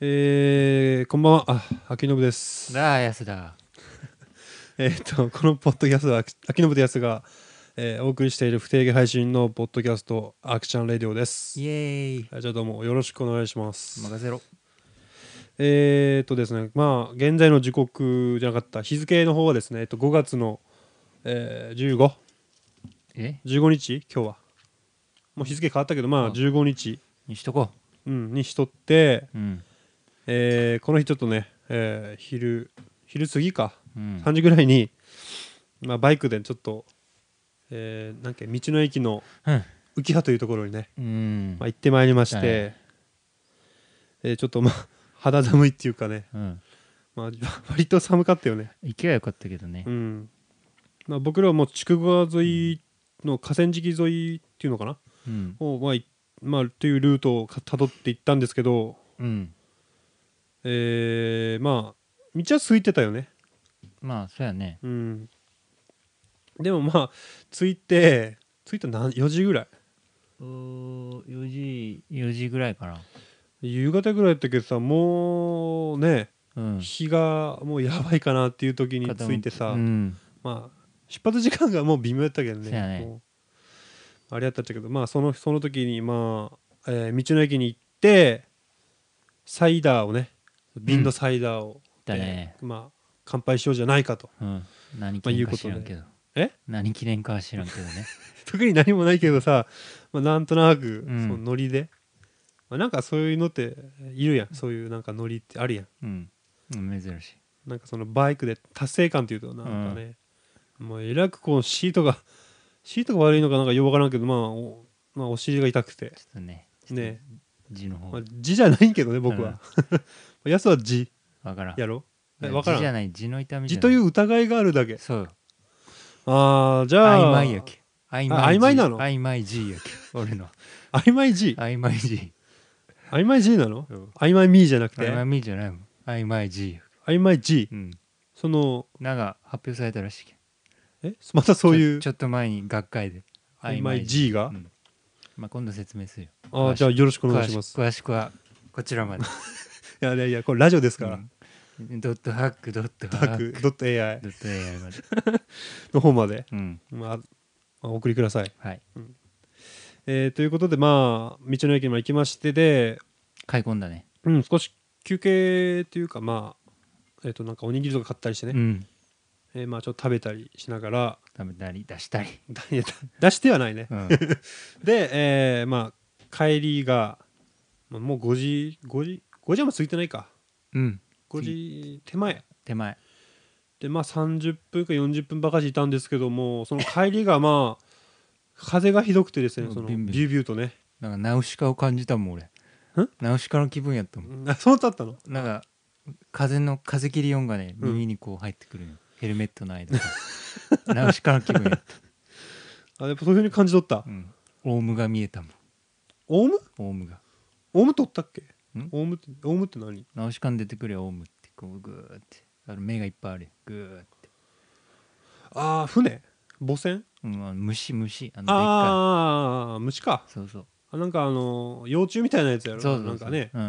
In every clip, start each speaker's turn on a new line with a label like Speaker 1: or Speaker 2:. Speaker 1: えーこんばんは、あ、秋信です。
Speaker 2: なあ、安田。
Speaker 1: えーっと、このポッドキャストは、秋秋信と安が、えーお送りしている不定期配信のポッドキャスト、アクちゃんレディオです。
Speaker 2: イエーイ。
Speaker 1: はいじゃあどうもよろしくお願いします。
Speaker 2: 任せろ。
Speaker 1: えーっとですね、まあ、現在の時刻じゃなかった、日付の方はですね、えっと、5月の、えー、15、
Speaker 2: え
Speaker 1: 15日、今日は。もう日付変わったけど、まあ、
Speaker 2: あ
Speaker 1: 15日、
Speaker 2: にしとこ
Speaker 1: うん、にしとって、
Speaker 2: う。うん。
Speaker 1: えーこの日ちょっとね、えー昼、昼過ぎか。
Speaker 2: うん。
Speaker 1: 3時ぐらいに、まあ、バイクでちょっと、えーなんか道の駅の
Speaker 2: うん
Speaker 1: 浮葉というところにね、
Speaker 2: うん
Speaker 1: まあ、行ってまいりまして、
Speaker 2: はい
Speaker 1: えーちょっとまあ肌寒いっていうかね、
Speaker 2: うん。
Speaker 1: まあ、割と寒かったよね、
Speaker 2: 行けばよかったけどね
Speaker 1: う。んまあ、僕らはもう筑後川沿いの河川敷沿いっていうのかな
Speaker 2: うん。
Speaker 1: を、まあいまあ、というルートをたどって行ったんですけど、
Speaker 2: うん。
Speaker 1: えーまあ道は空いてたよね
Speaker 2: まあ、そうやね。
Speaker 1: うん、でもまあ着いて着いた何4時ぐらい
Speaker 2: 4時、4時ぐらいかな。
Speaker 1: 夕方ぐらいだったけどさもうね
Speaker 2: うん。
Speaker 1: 日がもうやばいかなっていう時に着いてさ、
Speaker 2: うん。
Speaker 1: まあ出発時間がもう微妙だったけどね
Speaker 2: そうやね
Speaker 1: もうあれやったっちゃけどまあそのその時にまあ、えー道の駅に行ってサイダーをね瓶のサイダーを、
Speaker 2: だね。
Speaker 1: えーまあ乾杯しようじゃないかと
Speaker 2: うん。何記念か知らんけど。
Speaker 1: え
Speaker 2: 何記念かは知らんけど ね。
Speaker 1: 特に何もないけどさ、まあ、なんとなくそ
Speaker 2: うん
Speaker 1: のノリで、まあ、なんかそういうのっているやんそういうなんかノリってあるやん
Speaker 2: うん。うん珍しい。
Speaker 1: なんかそのバイクで達成感っていうとなんかね、もうえらくこうシートが シートが悪いのかなんかよくわからんけど、まあ、おまあお尻が痛くて
Speaker 2: ちょっとね。
Speaker 1: ね、
Speaker 2: 字の方
Speaker 1: まあ、字じゃないんけどね僕は、やすは字
Speaker 2: わからん。
Speaker 1: やろえわ
Speaker 2: 字
Speaker 1: から
Speaker 2: じゃ
Speaker 1: ん
Speaker 2: ない、字の痛みじ
Speaker 1: 字
Speaker 2: ゃな
Speaker 1: という疑いがあるだけ
Speaker 2: そう。
Speaker 1: ああじゃ
Speaker 2: 曖
Speaker 1: あ
Speaker 2: 昧やけ。曖
Speaker 1: あ曖昧なの
Speaker 2: 曖昧 G やけ。俺の。
Speaker 1: 曖昧字
Speaker 2: 曖昧 G。
Speaker 1: 曖昧 G なの
Speaker 2: うん
Speaker 1: 曖昧ミーじゃなくて
Speaker 2: 曖昧 me じゃないもん。曖昧 G や。
Speaker 1: 曖昧 G
Speaker 2: うん。
Speaker 1: その
Speaker 2: なんか発表されたらしいけん。
Speaker 1: えまたそういう
Speaker 2: ちょちょっと前に学会で。
Speaker 1: 曖昧 G が、
Speaker 2: うんまあ今度説明するよ。
Speaker 1: ああ
Speaker 2: 詳しく
Speaker 1: じゃあよろしくお願いします
Speaker 2: 詳しく詳しくはこ ちらまで。
Speaker 1: いやいやいやこれラジオですから、
Speaker 2: うんドットハックドット
Speaker 1: ダ
Speaker 2: ハ
Speaker 1: ー
Speaker 2: ック
Speaker 1: クドット AI
Speaker 2: ドット AI まで。
Speaker 1: の方まで、
Speaker 2: うん。
Speaker 1: まあまあ、お送りください、
Speaker 2: はい。
Speaker 1: えーということでまあ道の駅にも行きましてで、
Speaker 2: 買い込んだね。
Speaker 1: うん、少し休憩というかまあえっ、となんかおにぎりとか買ったりしてね、
Speaker 2: うん。
Speaker 1: えーまあちょっと食べたりしながら
Speaker 2: 食べたり出したり。
Speaker 1: だいやだ出してはないね
Speaker 2: うん。
Speaker 1: で、えーまあ帰りが、まあ、もう5時5時5時はもう過ぎてないか
Speaker 2: うん。
Speaker 1: 5時手前
Speaker 2: 手前。
Speaker 1: でまあ30分か40分ばかしいたんですけどもその帰りがまあ 風がひどくてですね
Speaker 2: うん
Speaker 1: そのビ
Speaker 2: ビ
Speaker 1: ュ
Speaker 2: ン
Speaker 1: ー
Speaker 2: ビン
Speaker 1: ビューとね
Speaker 2: なんかナウシカを感じたもん俺。ナウシカの気分やったもん。
Speaker 1: あそうだったの
Speaker 2: なんか風の風切り音がね耳にこう入ってくるよ、ヘルメットの 間からナウシカの気分やった、
Speaker 1: あやっぱそういうふうに感じ取った
Speaker 2: うん、オウムが見えたもん
Speaker 1: オウム
Speaker 2: オウムが
Speaker 1: オウム取ったっけ
Speaker 2: ん
Speaker 1: オウムってオウムって何
Speaker 2: ナウシカに出てくるよオウムってこうグーってあの目がいっぱいあるよグーって、
Speaker 1: ああ船母船
Speaker 2: うん、あの虫虫あのでっか
Speaker 1: ああ虫か
Speaker 2: いそうそう
Speaker 1: あなんかあのー幼虫みたいなやつやろ
Speaker 2: そうそうそう
Speaker 1: なんかね
Speaker 2: うん、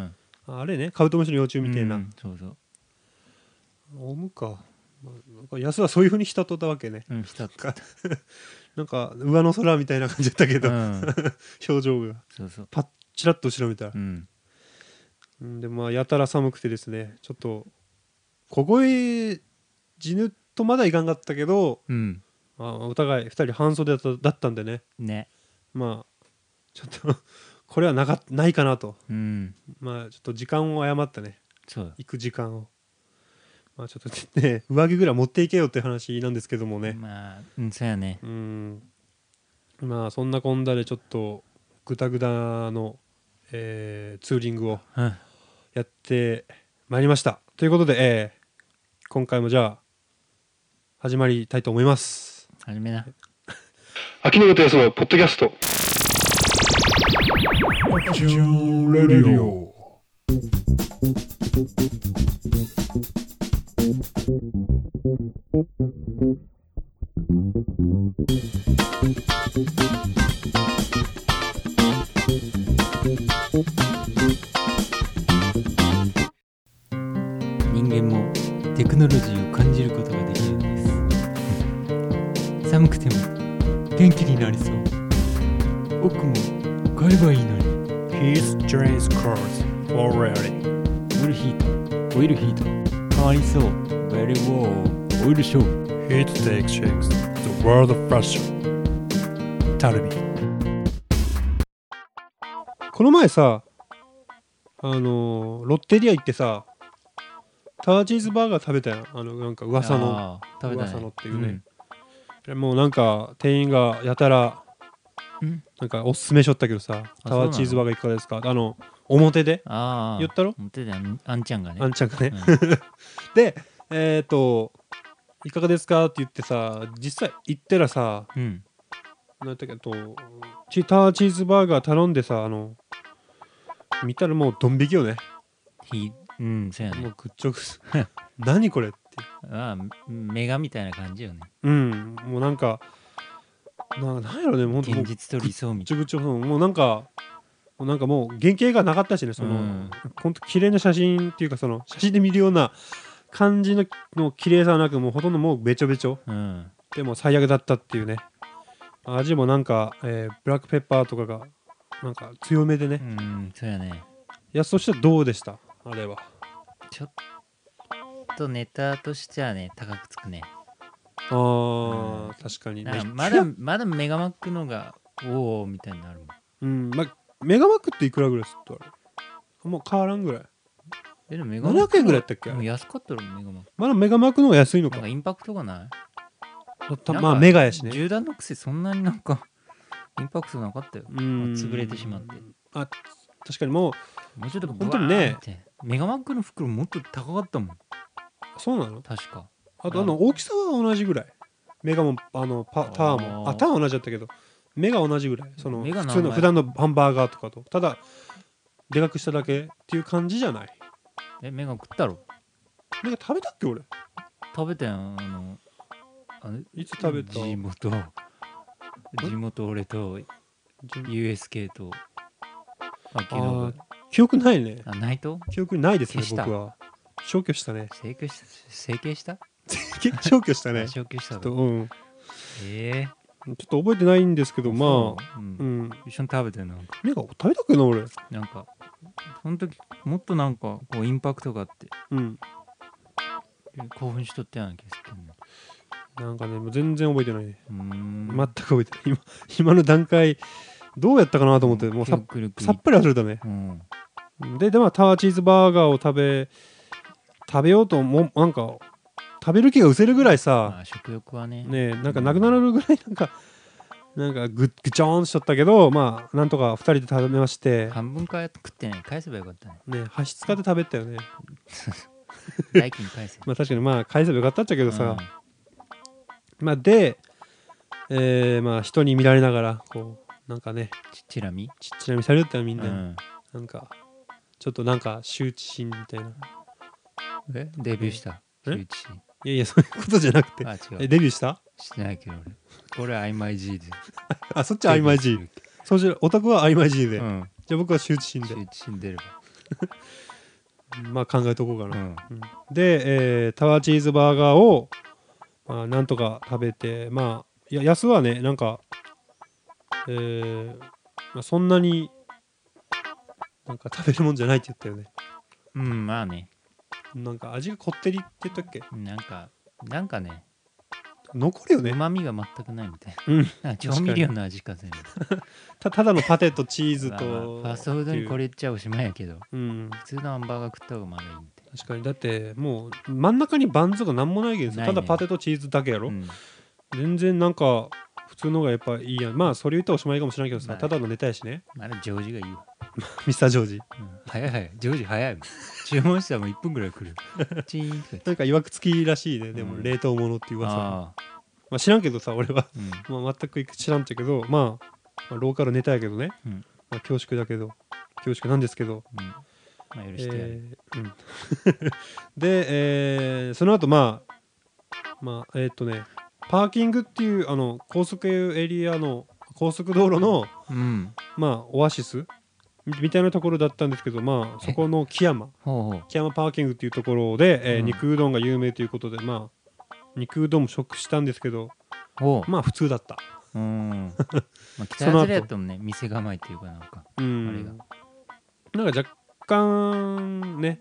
Speaker 1: ああれねカブトムシの幼虫みたいな、
Speaker 2: うんそうそう
Speaker 1: オウムか、まあ、なんか安はそういうふうに浸っとったわけね
Speaker 2: うん したって
Speaker 1: なんか上の空みたいな感じだったけ
Speaker 2: う
Speaker 1: ど、
Speaker 2: ん
Speaker 1: 表情が
Speaker 2: そうそう
Speaker 1: パッチラッと後ろ見たら
Speaker 2: うん
Speaker 1: うん、でまあやたら寒くてですねちょっと凍え死ぬとまだいかんかったけど、
Speaker 2: うん
Speaker 1: まあ、お互い2人半袖だっただったんでね
Speaker 2: ね
Speaker 1: まあちょっとこれはなかないかなと
Speaker 2: うん
Speaker 1: まあちょっと時間を誤ったね
Speaker 2: そうだ
Speaker 1: 行く時間をまあちょっとね上着ぐらい持っていけよって話なんですけどもね
Speaker 2: まあうんそうやね
Speaker 1: うんまあそんなこんだでちょっとグダグダの、えーツーリングを
Speaker 2: うん
Speaker 1: やってまいりましたということで、えー今回もじゃあ始まりたいと思います
Speaker 2: 始めな
Speaker 1: 秋信と安のポッドキャスト
Speaker 3: Action Radio.
Speaker 1: え
Speaker 2: テクノロジーを感じることができるんです寒くても元気になりそう僕も買えばいいのに
Speaker 1: His train's course already
Speaker 2: オイルヒートオイルヒート変わりそうベリーウォーオイルショー
Speaker 1: It takes shakes the world of fashion タルビこの前さあのーロッテリア行ってさタージーズバーガー食べたやんあのなんか噂の
Speaker 2: あー食べたい
Speaker 1: 噂のっていうねもうなんか店員がやたら
Speaker 2: うんうん
Speaker 1: なんかおすすめしょったけどさ
Speaker 2: あ
Speaker 1: タワーチーズバーガーいかがですかあの表で
Speaker 2: ああ
Speaker 1: 言ったろ
Speaker 2: 持ってたよあんちゃんがね
Speaker 1: あんちゃんがね、
Speaker 2: うん
Speaker 1: でえっ、といかがですかって言ってさ実際行ったらさ
Speaker 2: うん
Speaker 1: なんやったっけとチターチーズバーガー頼んでさあの見たらもうドン引きよね
Speaker 2: ひうんそうや
Speaker 1: も
Speaker 2: ね
Speaker 1: うぐっちょぐす 何これって
Speaker 2: ああメガみたいな感じよね
Speaker 1: うんもうなんかななんやろねもうほんとも
Speaker 2: 現
Speaker 1: う
Speaker 2: 実と理想み
Speaker 1: ち
Speaker 2: たい
Speaker 1: ょぐちょうんもうなんかもうなんかもう原型がなかったしねその、
Speaker 2: うん
Speaker 1: ほんと綺麗な写真っていうかその写真で見るような感じのの綺麗さはなくもうほとんどもうべちょべちょ
Speaker 2: なうん
Speaker 1: でも最悪だったっていうね味もなんか、えーブラックペッパーとかがなんか強めでね、
Speaker 2: う
Speaker 1: い
Speaker 2: んそうやね
Speaker 1: やそしてどうでしたあれは
Speaker 2: ちょっとネタとしてはね高くつくね
Speaker 1: あー、
Speaker 2: うん
Speaker 1: 確かに
Speaker 2: なんか
Speaker 1: ね
Speaker 2: まだまだメガマックのがおおみたいになるもん
Speaker 1: うんまメガマックっていくらぐらいすっとあれもう変わらんぐらい
Speaker 2: えでもメガマック
Speaker 1: 700円ぐらいやったっけ
Speaker 2: でも安かったろメガマック
Speaker 1: まだメガマックの方が安いの
Speaker 2: な
Speaker 1: か
Speaker 2: んかインパクトがない
Speaker 1: た
Speaker 2: なんか
Speaker 1: まあメガやしね
Speaker 2: 銃弾のくせそんなになんかインパクトなかったよ
Speaker 1: うん
Speaker 2: 潰れてしまって
Speaker 1: あ確かにもう
Speaker 2: もうちょっと
Speaker 1: 本当にね
Speaker 2: ブワーンってメガマックの袋もっと高かったもん
Speaker 1: そうなの
Speaker 2: 確か
Speaker 1: あとあの大きさは同じぐらいメガもあのパタワーも
Speaker 2: あー
Speaker 1: あタワー同じだったけど目が同じぐらいその
Speaker 2: 目が
Speaker 1: 普
Speaker 2: 名前
Speaker 1: 通の普段のハンバーガーとかとただでかくしただけっていう感じじゃない
Speaker 2: えメガ食ったろ
Speaker 1: 目が食べたっけ俺
Speaker 2: 食べたよあのあの
Speaker 1: いつ食べた
Speaker 2: 地元地元俺と USK とあ昨
Speaker 1: あー
Speaker 2: 日
Speaker 1: 記憶ないね
Speaker 2: あナイト
Speaker 1: 記憶にないですね
Speaker 2: 消した
Speaker 1: 僕は消去したね
Speaker 2: 整形した整形した
Speaker 1: 消 去したねちょ
Speaker 2: 消去した
Speaker 1: っと
Speaker 2: の
Speaker 1: うんち
Speaker 2: え
Speaker 1: ょっと覚えてないんですけ
Speaker 2: え
Speaker 1: どまあ
Speaker 2: あ、うん
Speaker 1: うん
Speaker 2: 一緒に食べたよなんか
Speaker 1: 目が食べたっけな俺
Speaker 2: なんかその時もっとなんかこうインパクトがあって
Speaker 1: うん
Speaker 2: 興奮しとったような気がするけどね
Speaker 1: なんかねもう全然覚えてないね
Speaker 2: うーん
Speaker 1: 全く覚えてない今今 の段階どうやったかなと思ってもうさ
Speaker 2: くるくる
Speaker 1: さっぱり忘れたね
Speaker 2: うん
Speaker 1: ででまあタワーチーズバーガーを食べ食べようともなんか食べる気がうせるぐらいさ
Speaker 2: まあ食欲はね
Speaker 1: ねえなんかなくなるぐらいなんかなんかぐぐちょーんしちゃったけどまあなんとか2人で食べまして
Speaker 2: 半分か食ってね返せばよかっ たね
Speaker 1: ね箸使って食べたよね
Speaker 2: 代金返せ
Speaker 1: まあ確かにまあ返せばよかったっちゃけど
Speaker 2: うん
Speaker 1: さ、まあでえーまあ人に見られながらこうなんかね
Speaker 2: チチラミ
Speaker 1: ちっちゃな見されてたよみん
Speaker 2: う
Speaker 1: な、
Speaker 2: ん
Speaker 1: なんかちょっとなんか羞恥心みたいない
Speaker 2: えデビューした
Speaker 1: え
Speaker 2: 周知
Speaker 1: やいやそういうことじゃなくて
Speaker 2: あ違
Speaker 1: え
Speaker 2: う
Speaker 1: デビューした
Speaker 2: してないけど俺これ IMIG で
Speaker 1: あそっちは IMIG そうしろオタクは IMIG で、
Speaker 2: うん
Speaker 1: じゃあ僕は羞恥心で
Speaker 2: 周知に出れ
Speaker 1: まあ考えとこうか
Speaker 2: ばう
Speaker 1: な、
Speaker 2: ん
Speaker 1: うんで、えータワーチーズバーガーを、まあ、なんとか食べてまあいや安はねなんかえーまあ、そんなになんか食べるもんじゃないって言ったよね
Speaker 2: うんまあね
Speaker 1: なんか味がこってりって言ったっけ
Speaker 2: なんかなんかね
Speaker 1: 残るよ
Speaker 2: う
Speaker 1: ね
Speaker 2: まみが全くないみたい
Speaker 1: うん
Speaker 2: な調味料の味か全部
Speaker 1: たただのパテとチーズ
Speaker 2: まあまあ
Speaker 1: と
Speaker 2: ファストフードにこれ言っちゃおしまいやけど
Speaker 1: うん
Speaker 2: 普通のハンバーガー食った方がまだいいみたい
Speaker 1: 確かにだってもう真ん中にバンズが何もないけどさ
Speaker 2: ない
Speaker 1: た
Speaker 2: ね
Speaker 1: だパテとチーズだけやろ、
Speaker 2: なうん
Speaker 1: 全然なんか普通の方がやっぱいいやんまあそれ言ったらおしまいかもしれないけどさ、
Speaker 2: まあね
Speaker 1: ただのネタやしね
Speaker 2: まだジョージがいいわ
Speaker 1: ミスタージョージ
Speaker 2: うん早い早いジョージ早いもん 注文したらもう1分ぐらい 来るチーンって
Speaker 1: なんかいわくつきらしいねでも
Speaker 2: うん
Speaker 1: 冷凍物っていう噂、ま
Speaker 2: ああ
Speaker 1: あ、知らんけどさ俺は
Speaker 2: うん
Speaker 1: まあ全く知らんっちゃけど、まあ、まあローカルネタやけどね、
Speaker 2: うん
Speaker 1: まあ、恐縮だけど恐縮なんですけど
Speaker 2: うんまあ許してやる
Speaker 1: えーうん で、えーその後まあまあえーっとねパーキングっていうあの高速エリアの高速道路の
Speaker 2: うん
Speaker 1: まあオアシスみみたいなところだったんですけどまあそこの木山
Speaker 2: ほうほう
Speaker 1: 木山パーキングっていうところで、えー
Speaker 2: うん
Speaker 1: 肉うどんが有名ということでまあ肉うどんも食したんですけど
Speaker 2: ほう
Speaker 1: まあ普通だった
Speaker 2: うーんまあ、北
Speaker 1: その後
Speaker 2: 外れやったもんね店構えっていうかなんか
Speaker 1: うん
Speaker 2: あれが
Speaker 1: なんか若干ね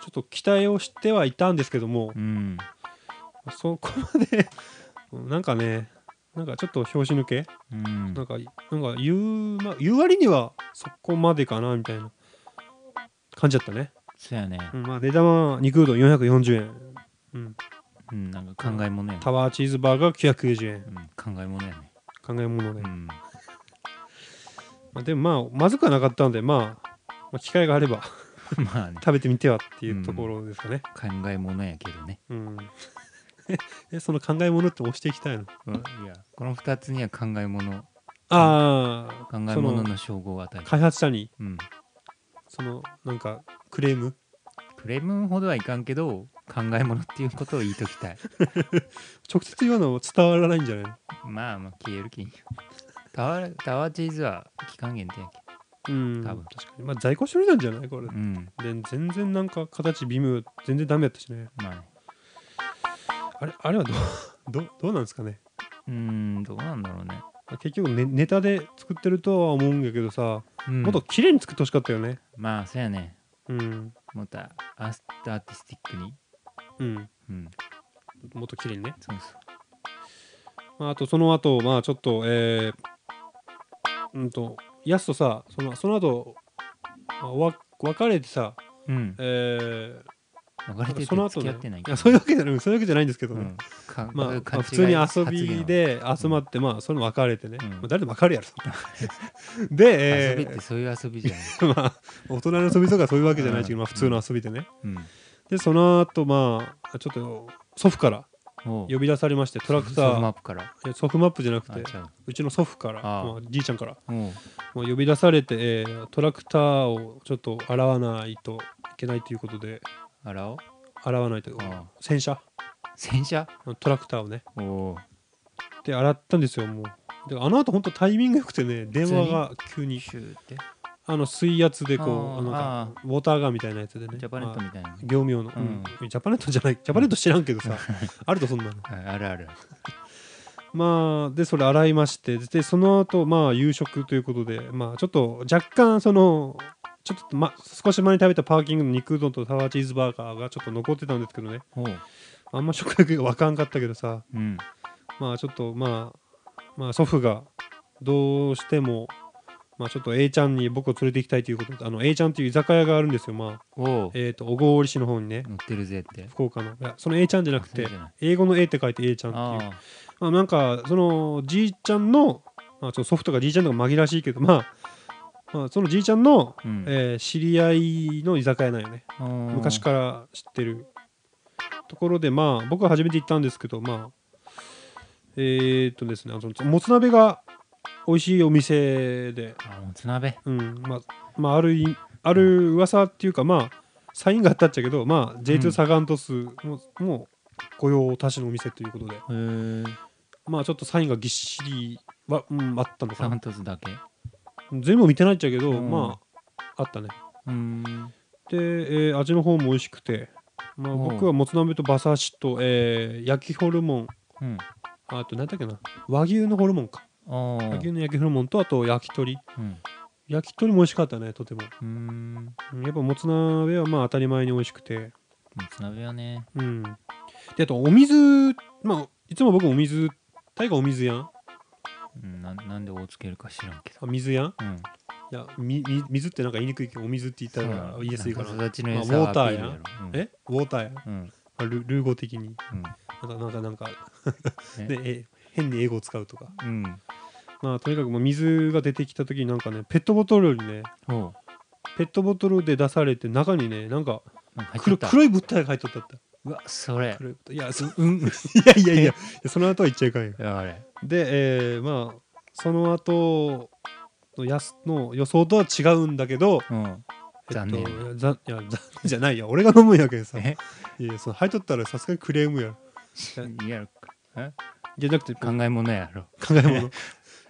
Speaker 1: ちょっと期待をしてはいたんですけども
Speaker 2: うん
Speaker 1: そこまでなんかねなんかちょっと拍子抜け
Speaker 2: うん
Speaker 1: なんかなんか言う,、ま、言う割にはそこまでかなみたいな感じだったね、
Speaker 2: そうやね
Speaker 1: うんまあ、値段は肉うどん440円、うん、
Speaker 2: うんなんか考えもね
Speaker 1: タワーチーズバーガー990円
Speaker 2: うん考えもねやね
Speaker 1: 考え物ね、
Speaker 2: うん
Speaker 1: まあ、でもまあまずくはなかったので、まあ、まあ機会があれば
Speaker 2: まあね
Speaker 1: 食べてみてはっていうところですかね、
Speaker 2: 考えものやけどね
Speaker 1: うん えその考え物って押していきたいの
Speaker 2: うんいやこの2つには考えもの
Speaker 1: あ
Speaker 2: 考え
Speaker 1: あそ
Speaker 2: もの
Speaker 1: の
Speaker 2: の称号を与える
Speaker 1: 開発者に
Speaker 2: うん
Speaker 1: そのなんかクレーム
Speaker 2: クレームほどはいかんけど考えものっていうことを言いと きたい
Speaker 1: 直接言うのは伝わらないんじゃないの
Speaker 2: まあまあ消える気にタワータワーチーズは期間限定やけ
Speaker 1: うん
Speaker 2: 多分
Speaker 1: 確かにまあ在庫処理なんじゃないこれ、
Speaker 2: うん
Speaker 1: で全然なんか形微妙全然ダメやったしね
Speaker 2: まあね
Speaker 1: あれあれはどう どうどうなんですかね
Speaker 2: うーんどうなんだろうね
Speaker 1: まあ結局ネネタで作ってるとは思うんやけどさ、
Speaker 2: うん
Speaker 1: もっと綺麗に作ってほしかったよね
Speaker 2: まあそうやね
Speaker 1: うん
Speaker 2: もっとアスアーティスティックに
Speaker 1: うん
Speaker 2: うん
Speaker 1: もっと綺麗にね、
Speaker 2: そうそう
Speaker 1: まあ、あとその後まあちょっとえー、うんとやすとさそのその後、まあ、おわ別れてさ
Speaker 2: うん
Speaker 1: え
Speaker 2: 別れて
Speaker 1: ー、
Speaker 2: て
Speaker 1: その後
Speaker 2: 付き合
Speaker 1: ね
Speaker 2: ってない
Speaker 1: いやそういうわけじゃないそういうわけじゃないんですけど
Speaker 2: う
Speaker 1: ね、
Speaker 2: んか
Speaker 1: まあ、
Speaker 2: そうい
Speaker 1: ま
Speaker 2: う
Speaker 1: あ
Speaker 2: 勘違い
Speaker 1: 普通に遊
Speaker 2: 発言
Speaker 1: び
Speaker 2: は
Speaker 1: で集まって、まあそれも別れてね、
Speaker 2: うん
Speaker 1: まあ、誰でも別れやろ で、
Speaker 2: 遊びっ
Speaker 1: え
Speaker 2: てそういう遊びじゃない、
Speaker 1: ーまあ大人の遊びとかそういうわけじゃないし、
Speaker 2: うん
Speaker 1: まあ、普通の遊びでね
Speaker 2: うん、
Speaker 1: でその後まあちょっと祖父から
Speaker 2: おう
Speaker 1: 呼び出されましてトラクタ
Speaker 2: ソフマッ
Speaker 1: ー
Speaker 2: プから
Speaker 1: いや祖父マップじゃなく
Speaker 2: あ
Speaker 1: て
Speaker 2: 違う
Speaker 1: うちの祖父から
Speaker 2: ああ
Speaker 1: まあ、じいちゃんから
Speaker 2: おう
Speaker 1: まあ呼び出されて、えートラクターをちょっと洗わないといけないということで
Speaker 2: あらお
Speaker 1: 洗わないというか
Speaker 2: あ
Speaker 1: 洗車
Speaker 2: 洗車
Speaker 1: トラクターをね
Speaker 2: おおう
Speaker 1: で洗ったんですよもうであの後本当タイミングよくてね電話が急に
Speaker 2: シューって
Speaker 1: あの水圧でこ
Speaker 2: あー
Speaker 1: うなんかウォーターガンみたいなやつでね
Speaker 2: ジャパネット
Speaker 1: まあ
Speaker 2: みたいな、
Speaker 1: 業務用の、うんジャパネットじゃないジャパネット知らんけど さあるとそんなの
Speaker 2: はいあるある
Speaker 1: まあでそれ洗いましてでその後まあ夕食ということでまあちょっと若干そのちょっと、ま、少し前に食べたパーキングの肉うどんとタワーチーズバーガーがちょっと残ってたんですけどね
Speaker 2: おう
Speaker 1: あんま食欲がわかんかったけどさ
Speaker 2: うん
Speaker 1: まあちょっとまあまあ祖父がどうしてもまあちょっと A ちゃんに僕を連れて行きたいということであの A ちゃんっていう居酒屋があるんですよまあ
Speaker 2: おう
Speaker 1: えっ、と小郡市の方にね
Speaker 2: 乗ってるぜって
Speaker 1: 福岡のいやその A ちゃんじゃなく
Speaker 2: あ
Speaker 1: て
Speaker 2: そうじゃない
Speaker 1: 英語の A って書いて A ちゃんっていう
Speaker 2: あ
Speaker 1: まあ、なんかそのじいちゃんの、まあ、ちょっと祖父とかじいちゃんとか紛らわしいけど、まあ、まあそのじいちゃんの、
Speaker 2: あ、うん
Speaker 1: えー知り合いの居酒屋なんよね昔
Speaker 2: ら
Speaker 1: から知ってるところでまあ僕は初めて行ったんですけどまあえー、っとですねあのもつ鍋が美味しいお店で、
Speaker 2: あもつ鍋
Speaker 1: うんまあまあ、あるいある噂っていうかまあサインがあったっちゃけど、まあ、
Speaker 2: う
Speaker 1: J2
Speaker 2: ん
Speaker 1: サガン鳥栖も,、もう御用達のお店ということで
Speaker 2: へえ
Speaker 1: まあちょっとサインがぎっしりは、うん、あったのか
Speaker 2: サ
Speaker 1: な
Speaker 2: ントスだけ
Speaker 1: 全部見てないっちゃうけど、
Speaker 2: うん
Speaker 1: まああったね
Speaker 2: うん
Speaker 1: で、えー味の方も美味しくて、まあ、
Speaker 2: おう
Speaker 1: 僕はもつ鍋と馬刺しと、えー焼きホルモン
Speaker 2: うん
Speaker 1: ああと何だっけな和牛のホルモンか
Speaker 2: ああ
Speaker 1: 和牛の焼きホルモンとあと焼き鳥
Speaker 2: うん
Speaker 1: 焼き鳥も美味しかったねとても
Speaker 2: うんも
Speaker 1: うんやっぱもつ鍋はまあ当たり前に美味しくて
Speaker 2: つ鍋はね
Speaker 1: うんであとお水まあいつも僕お水大概お水やん
Speaker 2: うんななんで大つけるか知らんけど
Speaker 1: あ水やん
Speaker 2: うん
Speaker 1: いやみみ水ってなんか言いにくいけどお水って言った
Speaker 2: そうな
Speaker 1: ら
Speaker 2: の
Speaker 1: 言いやすいかなん
Speaker 2: 育ちの良
Speaker 1: ま
Speaker 2: さ
Speaker 1: あウォーター
Speaker 2: アピルろうん
Speaker 1: えウォーターやんま
Speaker 2: うん
Speaker 1: あルルー語的に
Speaker 2: うん
Speaker 1: なんかなんかなんか
Speaker 2: ね
Speaker 1: でえ変に英語を使うとか
Speaker 2: うん
Speaker 1: まあとにかくもう水が出てきた時になんかねペットボトルにね
Speaker 2: おう
Speaker 1: ペットボトルで出されて中にねなんか
Speaker 2: なんか入っと
Speaker 1: 黒
Speaker 2: った
Speaker 1: 黒い物体が入っとったった
Speaker 2: うわそれ
Speaker 1: 黒い物体いやそ い
Speaker 2: うんうん
Speaker 1: やいやいやいやその後は言っちゃいかんよ
Speaker 2: あれ
Speaker 1: で、えーまあその後のやすの予想とは違うんだけど、
Speaker 2: うん
Speaker 1: えっと
Speaker 2: 残念
Speaker 1: いやざいや残念じゃないよ俺が飲むんやけどさ
Speaker 2: え
Speaker 1: いやその入っとったらさすがにクレームやろ
Speaker 2: いやえ
Speaker 1: じゃなくて
Speaker 2: 考えものやろ
Speaker 1: 考え物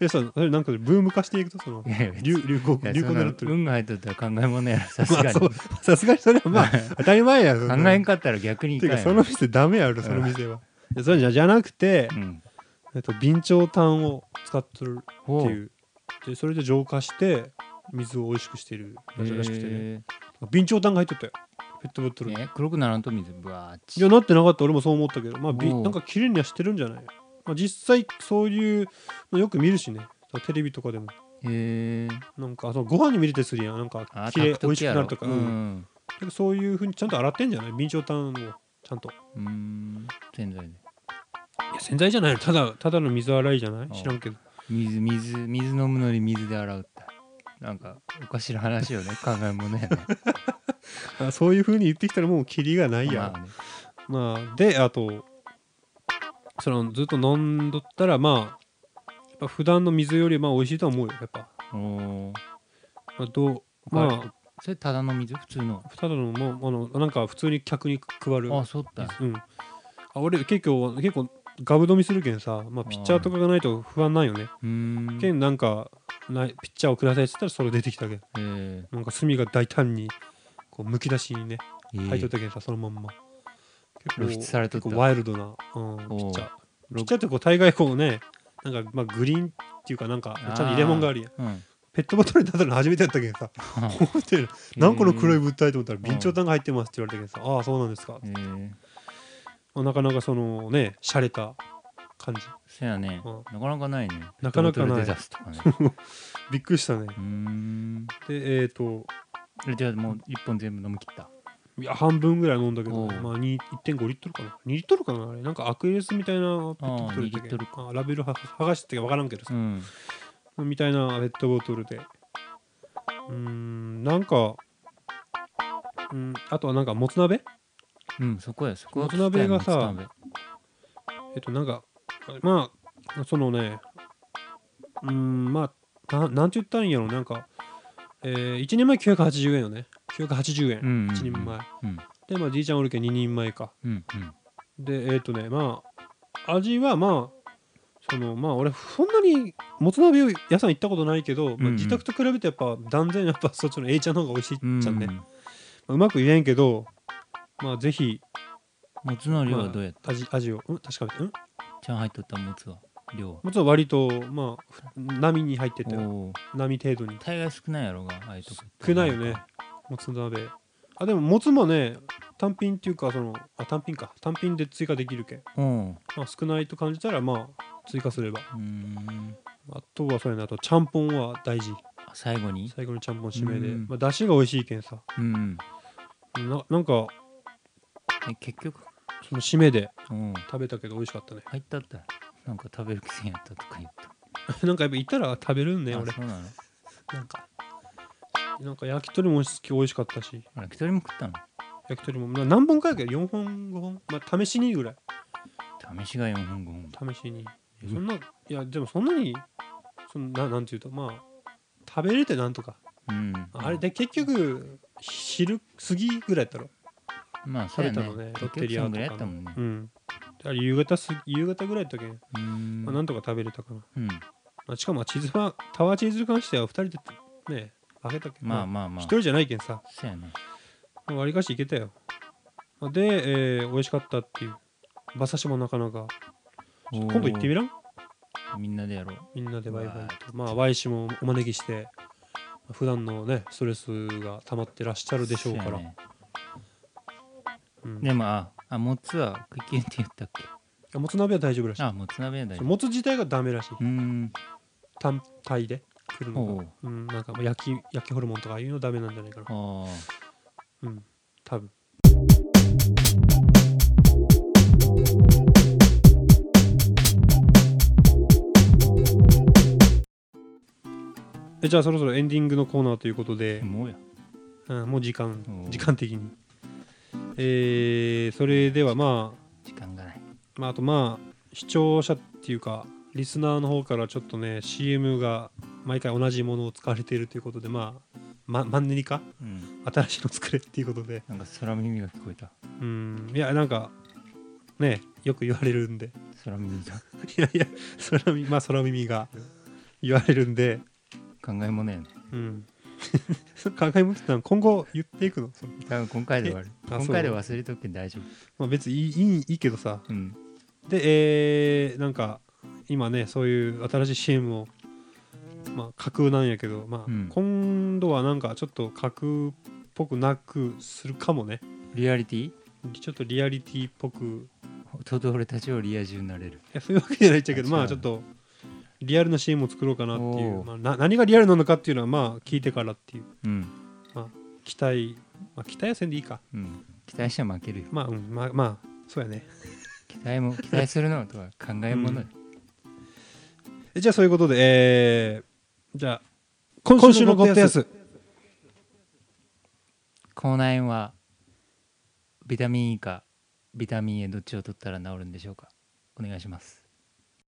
Speaker 1: えさそれなんかブーム化していくとその
Speaker 2: いや別に
Speaker 1: 流流行
Speaker 2: いや
Speaker 1: 流行に
Speaker 2: そんな
Speaker 1: なってる
Speaker 2: 運が入っとったら考えものやろさす
Speaker 1: ま
Speaker 2: が
Speaker 1: あ
Speaker 2: に
Speaker 1: そ
Speaker 2: 考
Speaker 1: うさすがにそれは まあ当たり前やろそんな
Speaker 2: えんかったら逆にい
Speaker 1: て
Speaker 2: か
Speaker 1: い
Speaker 2: ん
Speaker 1: うか
Speaker 2: や
Speaker 1: そ
Speaker 2: ろ
Speaker 1: の店ダメやろその店は。いやそれじゃじゃなくて、
Speaker 2: うん
Speaker 1: えっと、備長炭を使ってるって
Speaker 2: ほう
Speaker 1: いうでそれで浄化して水を美味しくしてるらしいらしくてね
Speaker 2: へ
Speaker 1: 備長炭が入っとったよペットボト
Speaker 2: え
Speaker 1: ルに、
Speaker 2: ね黒くならんと水ぶわーっち
Speaker 1: いやなってなかった俺もそう思ったけどまあび
Speaker 2: おう
Speaker 1: なんか綺麗にはしてるんじゃない、まあ、実際そういうのよく見るしねテレビとかでも
Speaker 2: へえ
Speaker 1: なんかそのご飯に見れてするやんなんか
Speaker 2: あ
Speaker 1: 綺
Speaker 2: 炊
Speaker 1: 麗
Speaker 2: く
Speaker 1: 美味し
Speaker 2: 時
Speaker 1: く
Speaker 2: や
Speaker 1: な
Speaker 2: ろ
Speaker 1: るとか、
Speaker 2: う
Speaker 1: うん
Speaker 2: ん
Speaker 1: けどそういうふうにちゃんと洗ってんじゃない備長炭をちゃんと
Speaker 2: うーん洗剤で
Speaker 1: いや洗剤じゃないのただただの水洗いじゃない
Speaker 2: あ
Speaker 1: 知らんけど
Speaker 2: 水水水飲むのに水で洗うってなんかおかしな話よね考えものやね
Speaker 1: あそういうふうに言ってきたらもうキリがないやん、
Speaker 2: まあね
Speaker 1: まあ、であとそのずっと飲んどったらまあやっぱ普段の水よりまあ美味しいとは思うよやっぱ、
Speaker 2: おー
Speaker 1: まあ、どう
Speaker 2: はい
Speaker 1: ま
Speaker 2: それただの水普通の
Speaker 1: あただのもうあのなんか普通に客に配る
Speaker 2: あそうだ
Speaker 1: うんあ俺結構結構ガブ飲みするけんさ、まあ、ピッチャーとかがないと不安ないよね
Speaker 2: うーん
Speaker 1: けんなんかないピッチャーをくださいって言ったらそれ出てきたけん
Speaker 2: え
Speaker 1: なんか炭が大胆にこうむき出しにね
Speaker 2: えー
Speaker 1: 入っとったけんさそのまんま結
Speaker 2: 露出されとった
Speaker 1: 結構ワイルドな、うん、ピ
Speaker 2: お
Speaker 1: ッ
Speaker 2: う
Speaker 1: チャーピッチャーってこう大概こうねなんかまあグリーンっていうかなんかちゃんと入れ物があるやん
Speaker 2: うん
Speaker 1: ペットボトルになったの初めてやったけ んさ思ってる何この黒い物体と思ったら備長炭が入ってますって言われたけんさ、ああそうなんですか、
Speaker 2: えー
Speaker 1: まあなかなかそのね洒落た感じ
Speaker 2: そやね
Speaker 1: うん
Speaker 2: なかなかないね
Speaker 1: なかなかない
Speaker 2: ペットボトルで出すとかね
Speaker 1: びっくりしたね
Speaker 2: うーん
Speaker 1: でえっ、と
Speaker 2: えじゃあもう一本全部飲み切った
Speaker 1: いや半分ぐらい飲んだけど、
Speaker 2: おう
Speaker 1: まあ、に1.5リットルかな2リットルかなあれなんかアクエリアスみたいなペットボトルだ
Speaker 2: あー2リッ
Speaker 1: け
Speaker 2: トル
Speaker 1: あラベルは剥がしてたか分からんけどさ
Speaker 2: う、ん
Speaker 1: みたいなペットボトルでうーんなんかうんあとはなんかもつ鍋
Speaker 2: うんそこやそこは
Speaker 1: もつ鍋がさ
Speaker 2: もつ鍋
Speaker 1: えっとなんかまあそのねうーんまあななんて言ったらいいんやろなんか、えー、1人前980円よね980円、
Speaker 2: うんうんうん
Speaker 1: 1人前
Speaker 2: うん
Speaker 1: でまあじいちゃんおるけ2人前か
Speaker 2: うん
Speaker 1: でえっ、とねまあ味はまあそのまあ俺そんなにもつ鍋屋さん行ったことないけど、
Speaker 2: うん
Speaker 1: ま
Speaker 2: う
Speaker 1: あ、
Speaker 2: ん
Speaker 1: 自宅と比べてやっぱ断然やっぱ そっちの A ちゃんの方が美味しいっ
Speaker 2: うん
Speaker 1: ちゃんね、
Speaker 2: う
Speaker 1: まあうまく言えんけどまあぜひ、
Speaker 2: もつの量
Speaker 1: ま
Speaker 2: は
Speaker 1: あ
Speaker 2: どうやった、
Speaker 1: 味味を、うん、確かめて、うん、
Speaker 2: ちゃん入っとったもつは量は
Speaker 1: もちろん割とまあふ波に入ってたよ
Speaker 2: おお
Speaker 1: 波程度に
Speaker 2: 大概少ないやろがああいうとこ
Speaker 1: 少ないよねもつ鍋あでももつもね単品っていうかそのあ単品か単品で追加できるけん、
Speaker 2: うんう
Speaker 1: まあ、少ないと感じたらまあ追加すれば
Speaker 2: ーん
Speaker 1: あとはそうやなあとちゃんぽんは大事
Speaker 2: あ最後に
Speaker 1: 最後にちゃんぽん締めで、
Speaker 2: うん
Speaker 1: まあ、だしが美味しいけんさ
Speaker 2: うんうん
Speaker 1: ななんか
Speaker 2: え結局
Speaker 1: その締めで
Speaker 2: うん
Speaker 1: 食べたけど美味しかったね
Speaker 2: 入ったったらなんか食べる気せんやったとか言った
Speaker 1: なんかやっぱいたら食べるんね
Speaker 2: あ
Speaker 1: 俺
Speaker 2: そうなの
Speaker 1: なんかなんか焼き鳥も美味し美味しかったし
Speaker 2: あら一人も食ったの
Speaker 1: 焼き鳥もな何本かやけど4本5本まあ試しにぐらい
Speaker 2: 試しが4本5本
Speaker 1: 試しに
Speaker 2: うん
Speaker 1: そんないやでもそんなにそんななんていうとまあ食べれてなんとか
Speaker 2: うん
Speaker 1: あれで結局昼過ぎぐらいやったろ
Speaker 2: まあ
Speaker 1: 食べたの
Speaker 2: そうや
Speaker 1: ね
Speaker 2: ね
Speaker 1: ロッテ
Speaker 2: 結局
Speaker 1: リ
Speaker 2: そ
Speaker 1: ア
Speaker 2: ん
Speaker 1: とから
Speaker 2: ぐいや
Speaker 1: の
Speaker 2: ったもんね
Speaker 1: うんだから夕方す夕方ぐらいやったけん、
Speaker 2: うーん
Speaker 1: まあ、なんとか食べれたかな、
Speaker 2: うん
Speaker 1: まあ、しかもチーズバータワーチーズに関しては2人でねあげたけど
Speaker 2: まあまあま
Speaker 1: 1
Speaker 2: あ
Speaker 1: 人じゃないけんさ
Speaker 2: そうやね
Speaker 1: まあわりかしいけたよまあで、えー美味しかったっていう馬刺しもなかなか今度行ってみらん
Speaker 2: おーみんなでやろう
Speaker 1: みんなでワイワイ
Speaker 2: わー
Speaker 1: とまあ Y 氏もお招きして普段のねストレスが溜まってらっしゃるでしょうから
Speaker 2: そやね
Speaker 1: うん
Speaker 2: でもああもつは食い切れんって言ったっ
Speaker 1: あもつ鍋は大丈夫らし
Speaker 2: け
Speaker 1: い
Speaker 2: あもつ鍋やだ
Speaker 1: そう
Speaker 2: よ
Speaker 1: もつ自体がダメらしいう
Speaker 2: ーん
Speaker 1: 単体で来るの
Speaker 2: お
Speaker 1: が
Speaker 2: う
Speaker 1: うんなんかまあ焼き焼きホルモンとかああいうのダメなんじゃないかな
Speaker 2: あー
Speaker 1: うん多分えじゃあそろそろエンディングのコーナーということで、
Speaker 2: もうや
Speaker 1: うん、もう時間
Speaker 2: おう
Speaker 1: 時間的にえーそれではま
Speaker 2: 時間がない
Speaker 1: あ、まあ、あとまあ視聴者っていうかリスナーの方からちょっとね CM が毎回同じものを使われているということでまあまマンネリ化
Speaker 2: うん
Speaker 1: 新しいの作れっていうことで
Speaker 2: なんか空耳が聞こえた
Speaker 1: うんいやなんか ねよく言われるんで
Speaker 2: 空耳が
Speaker 1: いやいや空耳まあ空耳が言われるんで、
Speaker 2: 考えもねえね
Speaker 1: うん、 考えもってたの今後言っていくのその
Speaker 2: 多分今回で終わる
Speaker 1: えあそう
Speaker 2: 今回で忘れとくけど大丈
Speaker 1: まあ、別にいいいいいいけどさ
Speaker 2: 夫うん
Speaker 1: でえーなんか今ねそういう新しい CM を、まあ、架空なんやけど、まあ
Speaker 2: うん
Speaker 1: 今度はなんかちょっと架空っぽくなくするかもね
Speaker 2: リアリティ
Speaker 1: ちょっとリアリティっぽく
Speaker 2: 弟俺たちをリア充になれる
Speaker 1: いやそういうわけじゃないっちゃけど
Speaker 2: あ
Speaker 1: ま
Speaker 2: 違
Speaker 1: あ
Speaker 2: う
Speaker 1: ちょっとリアルな CM を作ろうかなってい
Speaker 2: お
Speaker 1: う、
Speaker 2: ー
Speaker 1: まあ、な何がリアルなのかっていうのはまあ聞いてからっていう
Speaker 2: うん
Speaker 1: 期待、まあ、期待はせんでいいか
Speaker 2: うん期待しては負けるよ
Speaker 1: まあ、うん、まあまあそうやね
Speaker 2: 期待 も期待するのとは考えものよ
Speaker 1: えじゃあそういうことでえーじゃあ今週のゴッドヤス
Speaker 2: 口内炎はビタミン E かビタミン A どっちを取ったら治るんでしょうかお願いします